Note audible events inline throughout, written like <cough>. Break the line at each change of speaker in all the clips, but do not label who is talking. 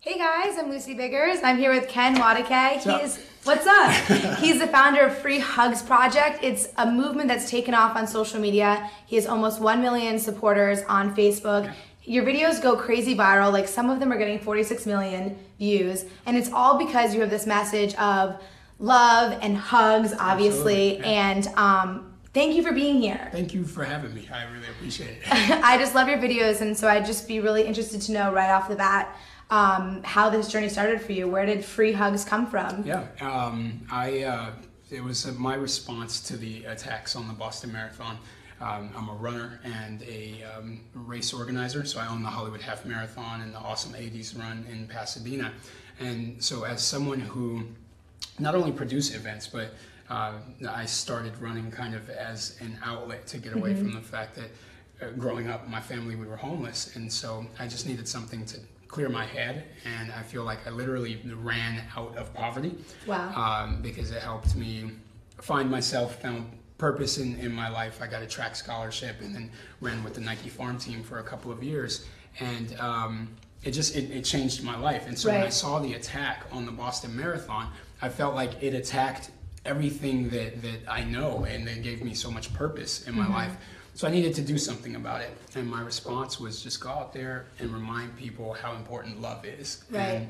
Hey guys, I'm Lucy Biggers. I'm here with Ken Wadakay. He is what's up? <laughs> He's the founder of Free Hugs Project. It's a movement that's taken off on social media. He has almost 1 million supporters on Facebook. Your videos go crazy viral. Like some of them are getting 46 million views, and it's all because you have this message of love and hugs, obviously.
Absolutely,
And um, thank you for being here.
Thank you for having me. I really appreciate it.
I just love your videos, and so I'd just be really interested to know right off the bat um, how this journey started for you. Where did free hugs come from?
yeah, <laughs> um, I uh, it was uh, my response to the attacks on the Boston Marathon. Um, I'm a runner and a um, race organizer, so I own the Hollywood Half Marathon and the Awesome 80s Run in Pasadena. And so, as someone who not only produce events, but uh, I started running kind of as an outlet to get away from the fact that uh, growing up, my family, we were homeless. And so I just needed something to clear my head. And I feel like I literally ran out of poverty
Wow.
um, because it helped me find myself, found purpose in, in my life. I got a track scholarship and then ran with the Nike farm team for a couple of years. And um, it just, it, it changed my life. And so when I
Right.
saw the attack on the Boston Marathon, I felt like it attacked everything that, that I know and that gave me so much purpose in my
Mm-hmm.
life. So I needed to do something about it. And my response was just go out there and remind people how important love is.
Right.
And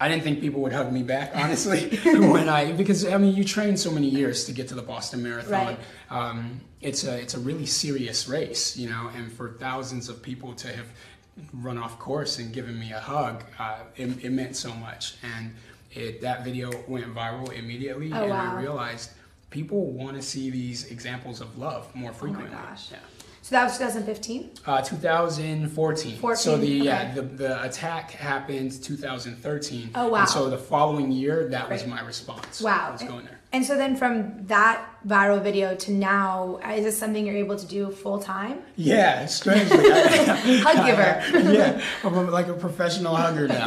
I didn't think people would hug
<laughs>
me back, honestly, <laughs> when I because I mean you train so many years to get to the Boston Marathon.
Right.
Um, it's a it's a really serious race, you know, and for thousands of people to have run off course and given me a hug, uh, it, it meant so much. And it, that video went viral immediately,
Oh,
and
wow.
I realized people want to see these examples of love more frequently.
Oh gosh.
Yeah.
So that was 2015.
Uh, 2014.
14,
So the yeah
okay.
the, the attack happened 2013.
Oh, wow.
And so the following year, that was
Right.
my response.
Wow.
I was going there.
And so then from that viral video to now, is this something you're able to do full
<laughs>
time?
Yeah, strangely. I-
Hug giver.
<laughs> yeah, I'm a- like a professional hugger now.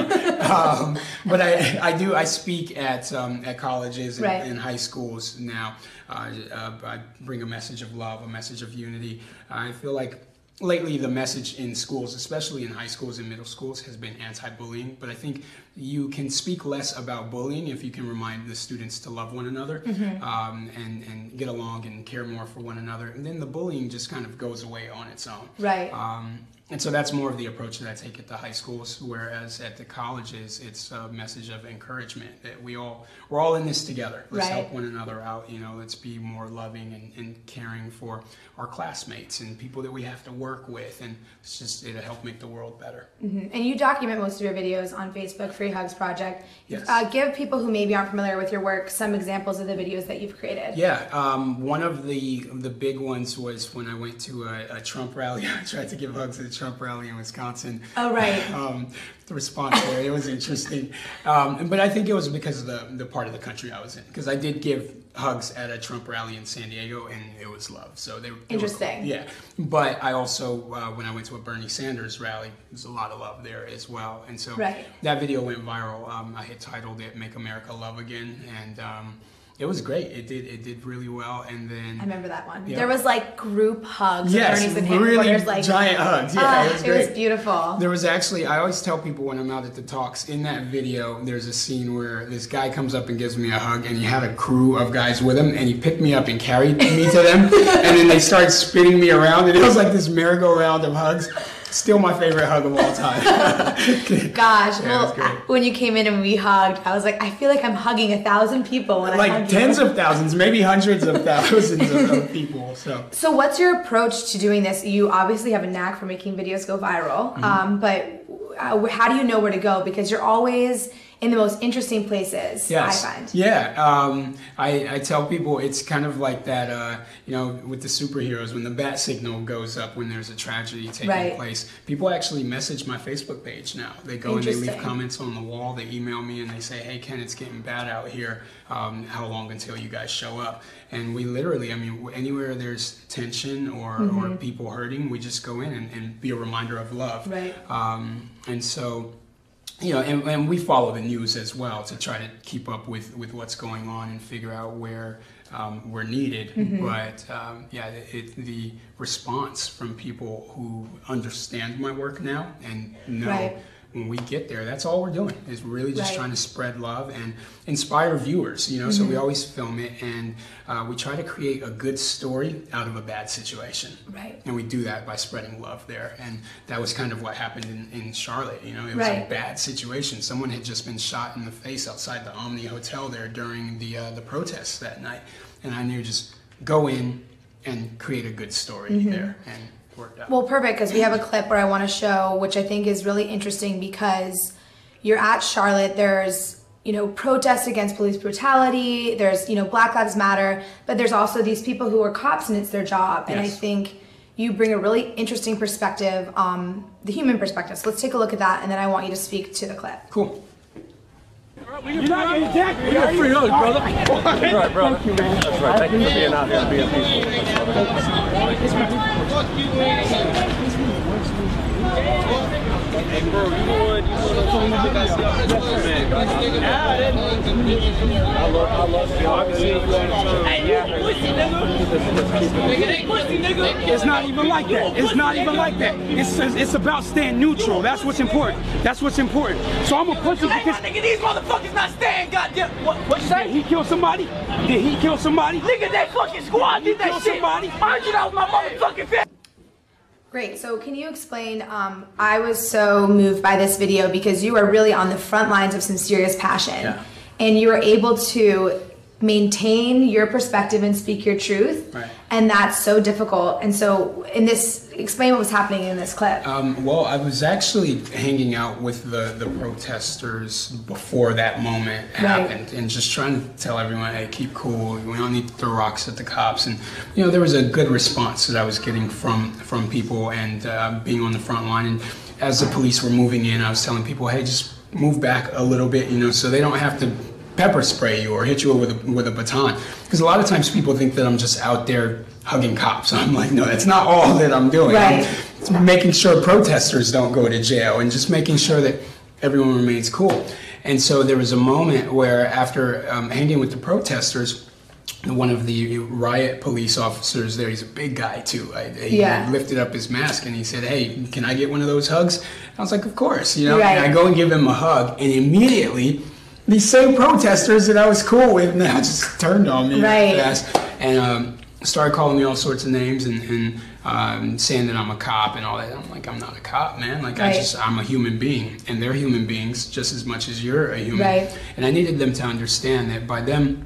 Um, but I, I do I speak at um, at colleges and,
Right.
and high schools now. Uh, uh, I bring a message of love, a message of unity. I feel like lately the message in schools, especially in high schools and middle schools, has been anti-bullying. But I think you can speak less about bullying if you can remind the students to love one another
Mm-hmm.
um, and and get along and care more for one another. And then the bullying just kind of goes away on its own.
Right.
Um, and so that's more of the approach that I take at the high schools, whereas at the colleges, it's a message of encouragement that we all we're all in this together. Let's
Right.
help one another out. You know, let's be more loving and, and caring for our classmates and people that we have to work with, and it's just it'll help make the world better.
Mhm. And you document most of your videos on Facebook, Free Hugs Project.
Yes.
Uh, give people who maybe aren't familiar with your work some examples of the videos that you've created.
Yeah, um, one of the the big ones was when I went to a, a Trump rally. <laughs> I tried to give hugs at a Trump rally in Wisconsin.
Oh,
<laughs>
right.
um, the response there. It was interesting, um, but I think it was because of the the part of the country I was in. Because I did give hugs at a Trump rally in San Diego, and it was love. So they, they were cool.
Interesting.
Yeah, but I also uh, when I went to a Bernie Sanders rally, there's a lot of love there as well, and so
Right.
that video went viral. Um, I had titled it "Make America Love Again," and um, it was great. It did it did really well, and
I
then
remember that one.
Yeah.
There was like group hugs.
yes,
attorneys and
really
headquarters, like,
giant hugs. Yeah,
Ah,
it was
it was
great.
beautiful.
There was actually, I always tell people when I'm out at the talks, in that video, there's a scene where this guy comes up and gives me a hug, and he had a crew of guys with him, and he picked me up and carried me to them, and then they started spinning me around, and it was like this merry-go-round of hugs. Still my favorite hug of all time.
Gosh,
Yeah, it
well,
was great.
when you came in and we hugged, I was like, I feel like I'm hugging a thousand people when I
like
hug
tens
you.
of thousands, maybe hundreds of thousands of, of people, so.
So, what's your approach to doing this? You obviously have a knack for making videos go viral,
Mm-hmm.
um, but uh, how do you know where to go? Because you're always in the most interesting places.
Yes.
I find.
Yeah. Um, I, I tell people it's kind of like that, uh, you know, with the superheroes, when the bat signal goes up when there's a tragedy taking
Right.
place, people actually message my Facebook page now. They go and they leave
Interesting.
comments on the wall, they email me and they say, hey, Ken, it's getting bad out here. Um, how long until you guys show up? And we literally, I mean, anywhere there's tension or,
Mm-hmm.
or people hurting, we just go in and, and be a reminder of love.
Right.
Um, and so, you know, and, and we follow the news as well to try to keep up with, with what's going on and figure out where um, we're needed.
Mm-hmm.
But um, yeah, it, it- the response from people who understand my work now and know
Right.
when we get there, that's all we're doing is really just
Right.
trying to spread love and inspire viewers. You know, so we
Mm-hmm.
always film it and uh, we try to create a good story out of a bad situation.
Right.
And we do that by spreading love there. And that was kind of what happened in, in Charlotte. You know, it was
Right.
a bad situation. Someone had just been shot in the face outside the Omni Hotel there during the uh, the protests that night. And I knew just go in and create a good story
Mm-hmm.
there, and it worked out.
Well, perfect because we have a clip where I want to show, which I think is really interesting because you're at Charlotte. There's you know protests against police brutality. There's you know Black Lives Matter, but there's also these people who are cops and it's their job. And I
Yes.
think you bring a really interesting perspective, um, the human perspective. So let's take a look at that, and then I want you to speak to the clip.
cool.
You're not getting decked. You're free hug, brother. That's right, brother. Thank you, man. That's right. Thank you for being out here and being peaceful. I love, I love you. Obviously, you It's not even like that. It's not even like that. It's it's about staying neutral. That's what's important. That's what's important. So I'm gonna push you
Hey,
because
my nigga, these motherfuckers not staying, goddamn. What, what you
Did
say?
he kill somebody? Did he kill somebody?
Nigga, that fucking squad did
Kill
that shit.
somebody.
Mind you, that was my motherfucking family.
Great. So, can you explain? Um, I was so moved by this video because you are really on the front lines of some serious passion,
Yeah.
and you are able to maintain your perspective and speak your truth,
Right.
and that's so difficult. And so, in this, explain what was happening in this clip.
Um, well, I was actually hanging out with the, the protesters before that moment happened and just trying to tell everyone, hey, keep cool. We don't need to throw rocks at the cops. And, you know, there was a good response that I was getting from, from people and uh, being on the front line. And as the police were moving in, I was telling people, hey, just move back a little bit, you know, so they don't have to pepper spray you or hit you with a, with a baton. Because a lot of times people think that I'm just out there hugging cops. <laughs> I'm like, no, that's not all that I'm doing.
Right.
It's making sure protesters don't go to jail and just making sure that everyone remains cool. And so there was a moment where, after um, hanging with the protesters, one of the riot police officers there, he's a big guy too. I, he
Yeah.
lifted up his mask and he said, "Hey, can I get one of those hugs?" And I was like, "Of course," you know. And
Right.
I go and give him a hug, and immediately these same protesters that I was cool with now <laughs> just turned on me
Right.
fast and um, started calling me all sorts of names and, and um, saying that I'm a cop and all that. I'm like, I'm not a cop, man. Like
Right.
I just, I'm a human being, and they're human beings just as much as you're a human.
Right.
And I needed them to understand that by them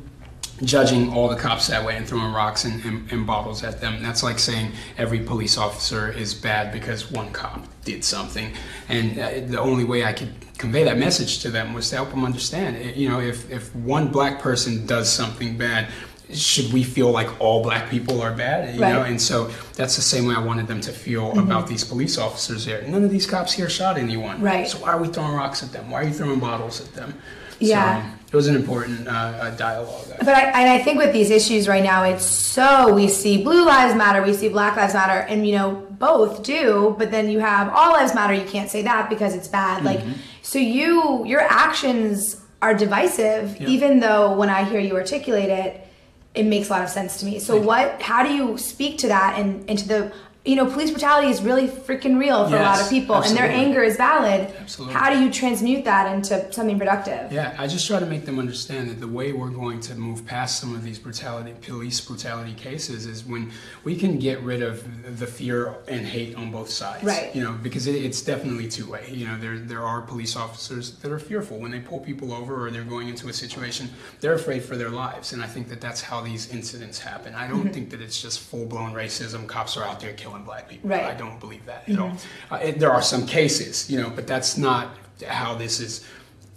judging all the cops that way and throwing rocks and, and, and bottles at them, that's like saying every police officer is bad because one cop did something. And uh, the only way I could convey that message to them was to help them understand. eh, You know, if, if one black person does something bad, should we feel like all black people are bad? You know,
Right. Mm-hmm.
and so that's the same way I wanted them to feel about these police officers here. None of these cops here shot anyone.
Right.
So why are we throwing rocks at them? Why are you throwing bottles at them?
Yeah.
So, it was an important uh, uh, dialogue. I
But I, and I think with these issues right now, it's so we see blue lives matter, we see black lives matter, and you know both do. But then you have all lives matter. You can't say that because it's bad.
Mm-hmm.
Like so, you your actions are divisive,
Yeah.
even though when I hear you articulate it, it makes a lot of sense to me. So what? How do you speak to that and and to the you know police brutality is really freaking real for a lot
Yes,
of people, and their
absolutely.
anger is valid.
Absolutely.
How do you transmute that into something productive?
Yeah, I just try to make them understand that the way we're going to move past some of these brutality, police brutality cases is when we can get rid of the fear and hate on both sides.
Right.
You know, because it, it's definitely two way. You know, there there are police officers that are fearful when they pull people over or they're going into a situation. They're afraid for their lives, and I think that that's how these incidents happen. I
Mm-hmm.
don't think that it's just full blown racism. Cops are out there killing black people.
Right.
I don't believe that at all. Uh, it, there are some cases, you know, but that's not how this is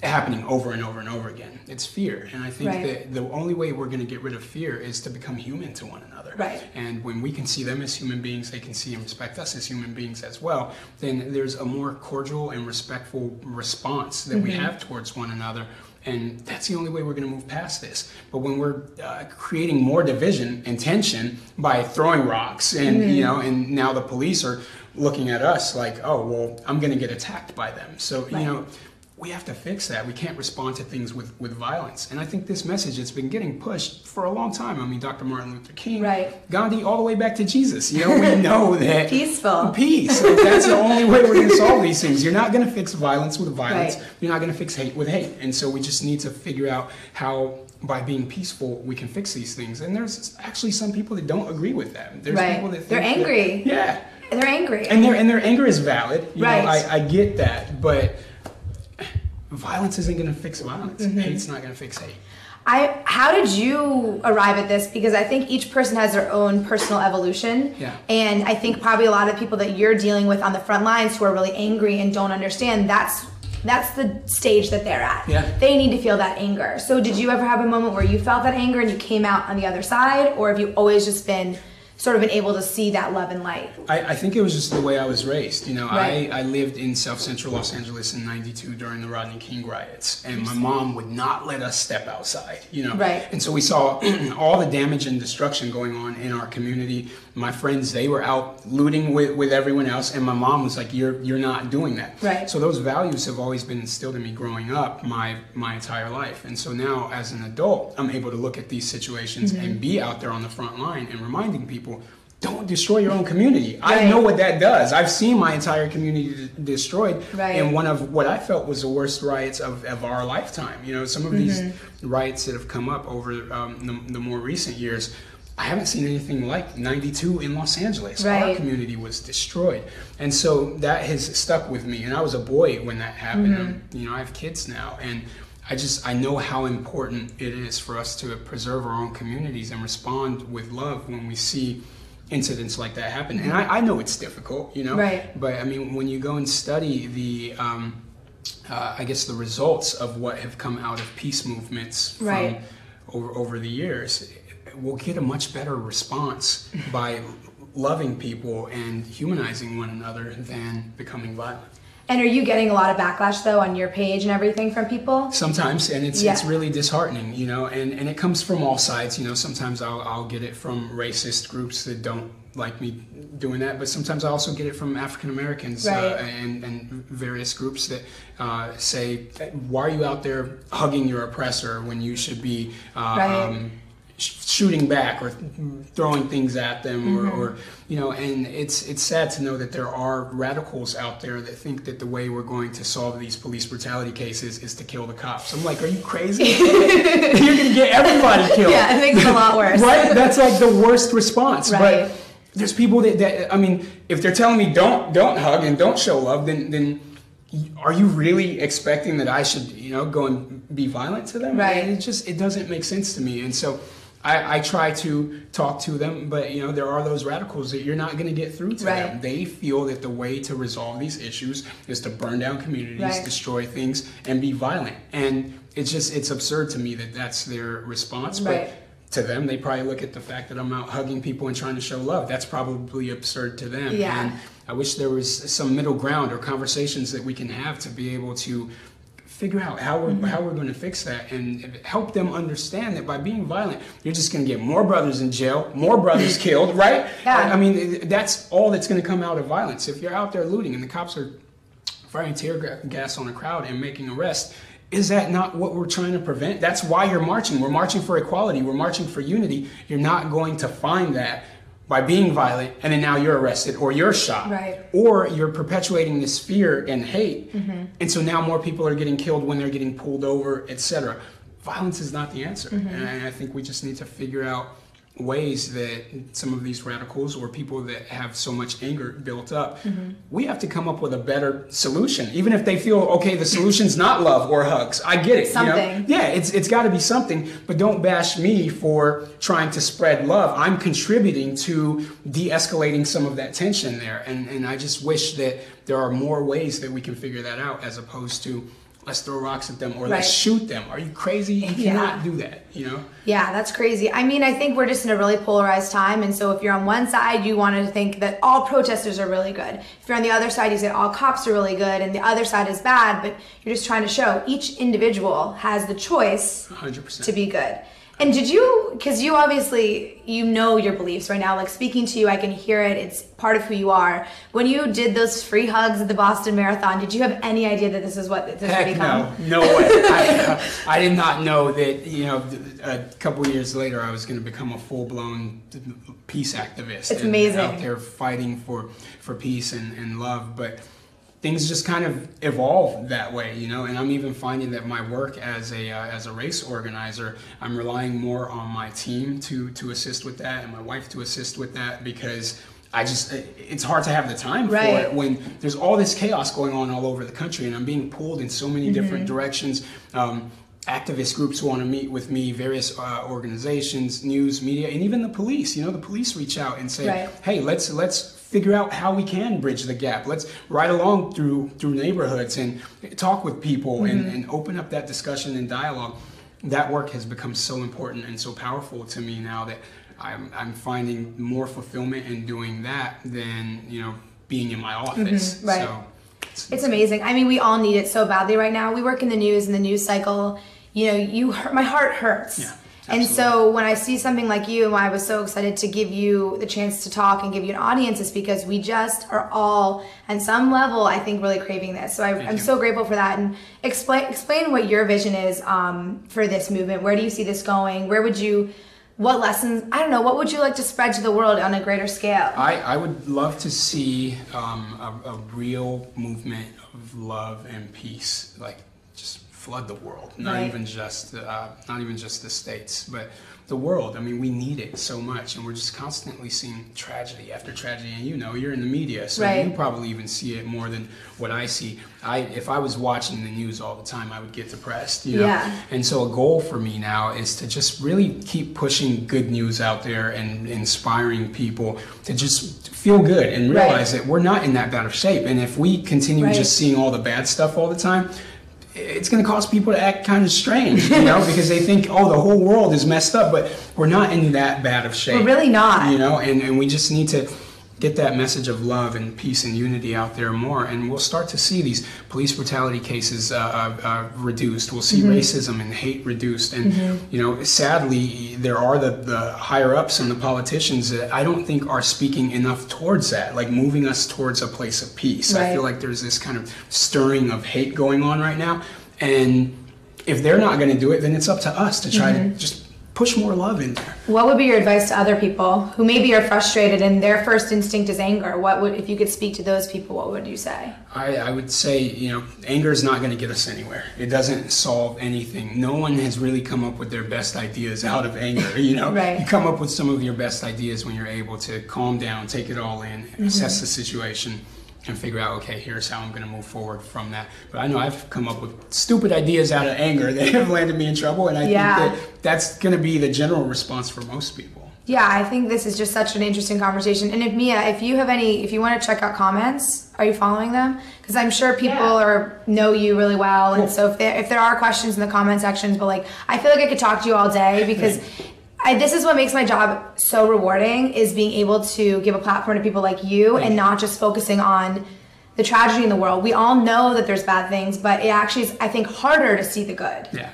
happening over and over and over again. It's fear, and I think
Right.
that the only way we're going to get rid of fear is to become human to one another.
Right.
And when we can see them as human beings, they can see and respect us as human beings as well. Then there's a more cordial and respectful response that we have towards one another. And that's the only way we're going to move past this. But when we're uh, creating more division and tension by throwing rocks, and you know, and now the police are looking at us like, oh, well, I'm going to get attacked by them. So you know, we have to fix that. We can't respond to things with, with violence. And I think this message that's been getting pushed for a long time. I mean, Dr. Martin Luther King,
Right.
Gandhi, all the way back to Jesus. You know,
<laughs>
we know that
Peaceful.
peace. Like, that's the only way we're going to solve these things. You're not going to fix violence with violence.
Right.
You're not going to fix hate with hate. And so we just need to figure out how. By being peaceful, we can fix these things. And there's actually some people that don't agree with that. There's
Right.
people that think
They're
that-
angry.
yeah,
They're angry.
and their and their anger is valid. You
Right.
know, I, I get that, but violence isn't going to fix violence.
Mm-hmm.
Hate's not going to fix hate.
I how did you arrive at this? Because I think each person has their own personal evolution.
Yeah.
And I think probably a lot of people that you're dealing with on the front lines who are really angry and don't understand, that's that's the stage that they're at.
Yeah.
They need to feel that anger. So did you ever have a moment where you felt that anger and you came out on the other side? Or have you always just been sort of been able to see that love and light?
I, I think it was just the way I was raised. You know,
Right.
I, I lived in South Central Los Angeles in '92 during the Rodney King riots, and my mom would not let us step outside. You know,
Right.
And so we saw <clears throat> all the damage and destruction going on in our community. My friends, they were out looting with, with everyone else, and my mom was like, "You're you're not doing that."
Right.
So those values have always been instilled in me growing up, my my entire life. And so now, as an adult, I'm able to look at these situations
Mm-hmm.
and be out there on the front line and reminding people. Don't destroy your own community. I
Right.
know what that does. I've seen my entire community d- destroyed
Right.
in one of what I felt was the worst riots of, of our lifetime. You know, some of these
Mm-hmm.
riots that have come up over um, the, the more recent years, I haven't seen anything like 92 in Los Angeles. Our
Right.
community was destroyed. And so that has stuck with me. And I was a boy when that happened. Um, You know, I have kids now. And I just, I know how important it is for us to preserve our own communities and respond with love when we see incidents like that happen. And I, I know it's difficult, you know.
Right.
But I mean, when you go and study the, um, uh, I guess, the results of what have come out of peace movements from
Right.
over over the years, we'll get a much better
<laughs>
response by loving people and humanizing one another than becoming violent.
And are you getting a lot of backlash though on your page and everything from people?
Sometimes, and it's it's
Yeah.
really disheartening, you know, and and it comes from all sides. You know, sometimes I'll I'll get it from racist groups that don't like me doing that, but sometimes I also get it from African Americans uh,
Right.
and and various groups that uh, say, "Why are you out there hugging your oppressor when you should be?" Uh,
Right.
um, sh- shooting back or throwing things at them
Mm-hmm.
or, or you know and it's it's sad to know that there are radicals out there that think that the way we're going to solve these police brutality cases is to kill the cops i'm like are you crazy <laughs> you're gonna get everybody killed
Yeah, it makes it a lot worse.
<laughs> right that's like the worst response
Right.
but there's people that, that i mean if they're telling me don't don't hug and don't show love then then are you really expecting that i should you know go and be violent to them
Right.
it just it doesn't make sense to me and so I, I try to talk to them, but you know there are those radicals that you're not going to get through to them.
Right.
They feel that the way to resolve these issues is to burn down communities,
Right.
destroy things, and be violent. And it's just it's absurd to me that that's their response.
Right.
But to them, they probably look at the fact that I'm out hugging people and trying to show love. That's probably absurd to them.
Yeah.
And I wish there was some middle ground or conversations that we can have to be able to figure out how we're,
Mm-hmm.
how we're going to fix that and help them understand that by being violent, you're just going to get more brothers in jail,
<laughs>
more brothers killed, right?
Yeah.
I mean, that's all that's going to come out of violence. If you're out there looting and the cops are firing tear ga- gas on a crowd and making arrests, is that not what we're trying to prevent? That's why you're marching. We're marching for equality. We're marching for unity. You're not going to find that by being violent and then now you're arrested or you're shot
Right.
or you're perpetuating this fear and hate and so now more people are getting killed when they're getting pulled over etc violence is not the answer and i think we just need to figure out ways that some of these radicals or people that have so much anger built up we have to come up with a better solution even if they feel okay the solution's not love or hugs i get it you know?
Something.
yeah it's it's got to be something but don't bash me for trying to spread love i'm contributing to de-escalating some of that tension there and and i just wish that there are more ways that we can figure that out as opposed to let's throw rocks at them or let's
Right.
shoot them are you crazy you
Yeah.
cannot do that you know
Yeah, that's crazy. I mean, I think we're just in a really polarized time. And so if you're on one side, you want to think that all protesters are really good. If you're on the other side, you say all cops are really good and the other side is bad. But you're just trying to show each individual has the choice
100%
to be good. And did you, because you obviously, you know your beliefs right now, like speaking to you, I can hear it, it's part of who you are. When you did those free hugs at the Boston Marathon, did you have any idea that this is what this would
Heck
become?
no, no way. I, I did not know that, you know, th- a couple of years later, I was going to become a full blown peace activist.
It's
and
amazing.
Out there fighting for, for peace and, and love. But things just kind of evolve that way, you know, and I'm even finding that my work as a, uh, as a race organizer, I'm relying more on my team to, to assist with that and my wife to assist with that because. I just, it- it's hard to have the time for
Right.
it when there's all this chaos going on all over the country and I'm being pulled in so many different directions. Um, activist groups want to meet with me, various uh, organizations, news, media, and even the police. You know, the police reach out and say,
Right.
"Hey, let's let's." figure out how we can bridge the gap let's ride along through through neighborhoods and talk with people and, and open up that discussion and dialogue that work has become so important and so powerful to me now that I'm, I'm finding more fulfillment in doing that than you know being in my office.
right.
So
It's amazing. I mean, we all need it so badly right now. We work in the news and the news cycle. You know, you hurt, my heart hurts.
Yeah,
and so when I see something like you, and why I was so excited to give you the chance to talk and give you an audience is because we just are all, on some level, I think, really craving this. So I, I'm
you.
so grateful for that. And explain explain what your vision is um, for this movement. Where do you see this going? Where would you? What lessons? I don't know. What would you like to spread to the world on a greater scale?
I, I would love to see um, a, a real movement of love and peace, like just flood the world. Not
Right.
even just uh, not even just the states, but the world. I mean, we need it so much, and we're just constantly seeing tragedy after tragedy. And you know, you're in the media, so
Right.
you probably even see it more than what I see. I if I was watching the news all the time, I would get depressed. You know?
Yeah.
And so a goal for me now is to just really keep pushing good news out there and inspiring people to just feel good and
Right.
realize that we're not in that bad of shape. And if we continue
Right.
just seeing all the bad stuff all the time, it's going to cause people to act kind of strange, you
<laughs>
know, because they think, oh, the whole world is messed up, but we're not in that bad of shape.
We're really not.
You know, and, and we just need to get that message of love and peace and unity out there more. And we'll start to see these police brutality cases uh, uh, uh, reduced. We'll see racism and hate reduced. And, you know, sadly, there are the, the higher ups and the politicians that I don't think are speaking enough towards that, like moving us towards a place of peace. I
Right.
feel like there's this kind of stirring of hate going on right now. And if they're not going to do it, then it's up to us to try to just push more love in there.
What would be your advice to other people who maybe are frustrated and their first instinct is anger? What would, if you could speak to those people, what would you say?
I, I would say, you know, anger is not going to get us anywhere. It doesn't solve anything. No one has really come up with their best ideas out of anger, <laughs> you know?
Right.
You come up with some of your best ideas when you're able to calm down, take it all in,
Mm-hmm.
assess the situation, and figure out, okay, here's how I'm going to move forward from that. But I know I've come up with stupid ideas out of anger <laughs> that have landed me in trouble, and I
Yeah.
think that that's going to be the general response for most people.
Yeah, I think this is just such an interesting conversation. And if Mia, if you have any, if you want to check out comments, are you following them? Because I'm sure people are know you really well, and so if there if there are questions in the comment sections, but like I feel like I could talk to you all day because. I, this is what makes my job so rewarding is being able to give a platform to people like you and not just focusing on the tragedy in the world. We all know that there's bad things, but it actually is I think harder to see the good
Yeah,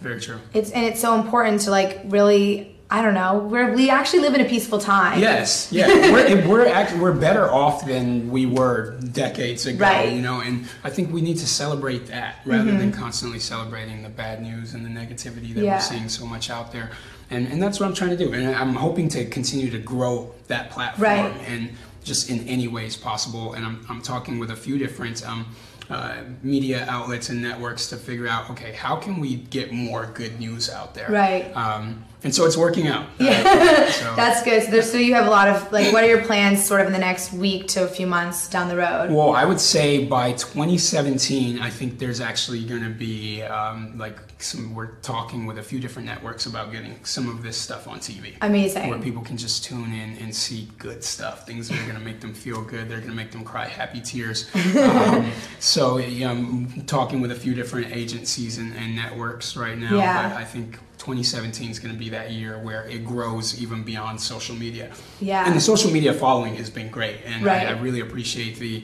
very true.
it's and it's so important to like really i don't know we're we actually live in a peaceful time
Yes, yeah.
<laughs>
We're, and we're act we're better off than we were decades ago,
Right. Mm-hmm.
you know, and I think we need to celebrate that rather than constantly celebrating the bad news and the negativity that
Yeah.
we're seeing so much out there. And, and that's what I'm trying to do. And I'm hoping to continue to grow that platform
Right.
and just in any ways possible. And I'm, I'm talking with a few different um, uh, media outlets and networks to figure out okay, how can we get more good news out there?
Right.
Um, and so it's working out. Yeah.
<laughs>
so.
that's good so, there's, so you have a lot of like what are your plans sort of in the next week to a few months down the road
Well, I would say by 2017, I think there's actually going to be um, like some. We're talking with a few different networks about getting some of this stuff on TV.
Amazing.
Where people can just tune in and see good stuff, things that are going to make them feel good. They're going to make them cry happy
<laughs>
tears. um, so yeah, I'm talking with a few different agencies and, and networks right now.
Yeah.
But I think 2017 is going to be that year where it grows even beyond social media.
Yeah.
And the social media following has been great, and I-
Right.
I really appreciate the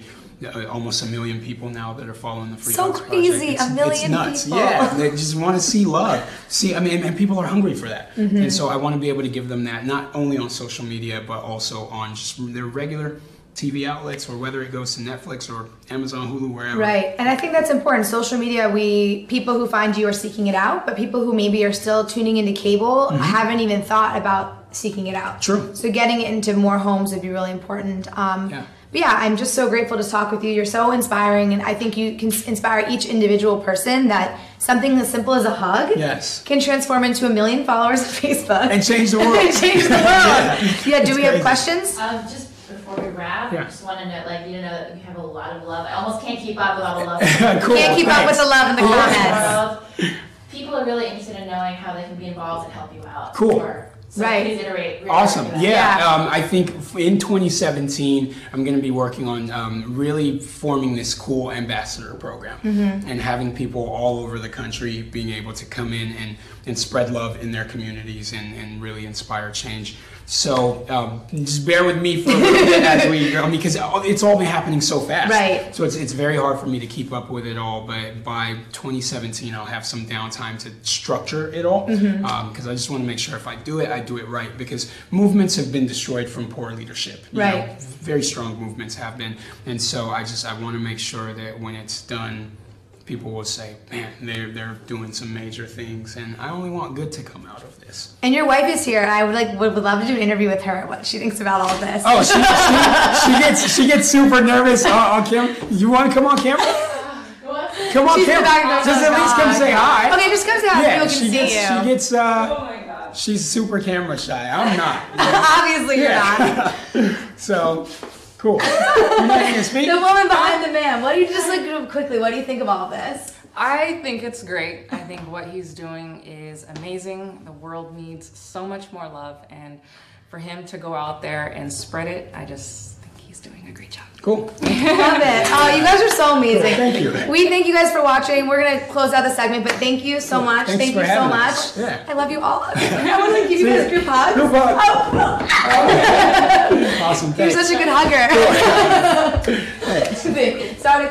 uh, almost a million people now that are following the Free
So
Hugs Project.
crazy, a
It's- it's
million
nuts.
people. <laughs>
Yeah, they just want to see love. See, I mean, and people are hungry for that.
Mm-hmm.
And so I want to be able to give them that not only on social media but also on just their regular TV outlets or whether it goes to Netflix or Amazon, Hulu, wherever.
Right, and I think that's important. Social media, we people who find you are seeking it out, but people who maybe are still tuning into cable haven't even thought about seeking it out.
Mm-hmm. True.
So getting it into more homes would be really important. Um,
Yeah.
But yeah, I'm just so grateful to talk with you. You're so inspiring, and I think you can s- inspire each individual person that something as simple as a hug
Yes.
can transform into a million followers on <laughs> Facebook
And
<laughs>
change the
and
world.
change the world.
<laughs>
yeah. Do we have
crazy.
questions?
Um, just before we wrap,
Yeah.
I just want to note, like, you know, that you have a lot of love. I almost can't keep up with all
<laughs>
the love. in
Cool.
Can't keep up with the love in the
Oh.
comments.
the world. People are really interested in knowing how they can be involved and help you out.
Cool.
Or- So
Right.
please iterate. reiterate
Awesome.
that.
Yeah.
Yeah.
Um, I think f- in 2017, I'm going to be working on um, really forming this cool ambassador program
Mm-hmm.
and having people all over the country being able to come in and, and spread love in their communities and, and really inspire change. So um, just bear with me for a little bit <laughs> as we go because it's all been happening so fast.
Right.
So it's, it's very hard for me to keep up with it all, but by 2017, I'll have some downtime to structure it all because
Mm-hmm.
I just want to make sure if I do it, I do it right because movements have been destroyed from poor leadership. you
Right.
know, very strong movements have been, and so I just I want to make sure that when it's done, people will say, "Man, they're they're doing some major things," and I only want good to come out of this.
And your wife is here, and I would like would, would love to do an interview with her. What she thinks about all this.
Oh, she, she, she gets she gets super nervous on, on camera. You want to come on camera?
What?
Come on
She's in the
camera.
background.
Just at least come say hi.
Okay, just come down.
Yeah,
People can
she
see
gets.
you.
She gets. Uh, She's super camera shy. I'm not.
<laughs> Obviously, you're not.
so, cool. You're not gonna speak.
The
<laughs>
woman behind the man. What do you just like quickly? What do you think of all this?
I think it's great. I think what he's doing is amazing. The world needs so much more love, and for him to go out there and spread it, I just think he's doing a great job.
Cool.
Love
<laughs>
it. Oh, you guys are so amazing.
Thank you.
We thank you guys for watching. We're gonna close out the segment, but thank you so much.
Thanks
thank
for
you so
having
much.
us. Yeah.
I love you all. <laughs> I want to give you guys group hugs.
Group hug. Awesome.
Oh, You're
Thanks.
<laughs> such a good hugger. Sorry.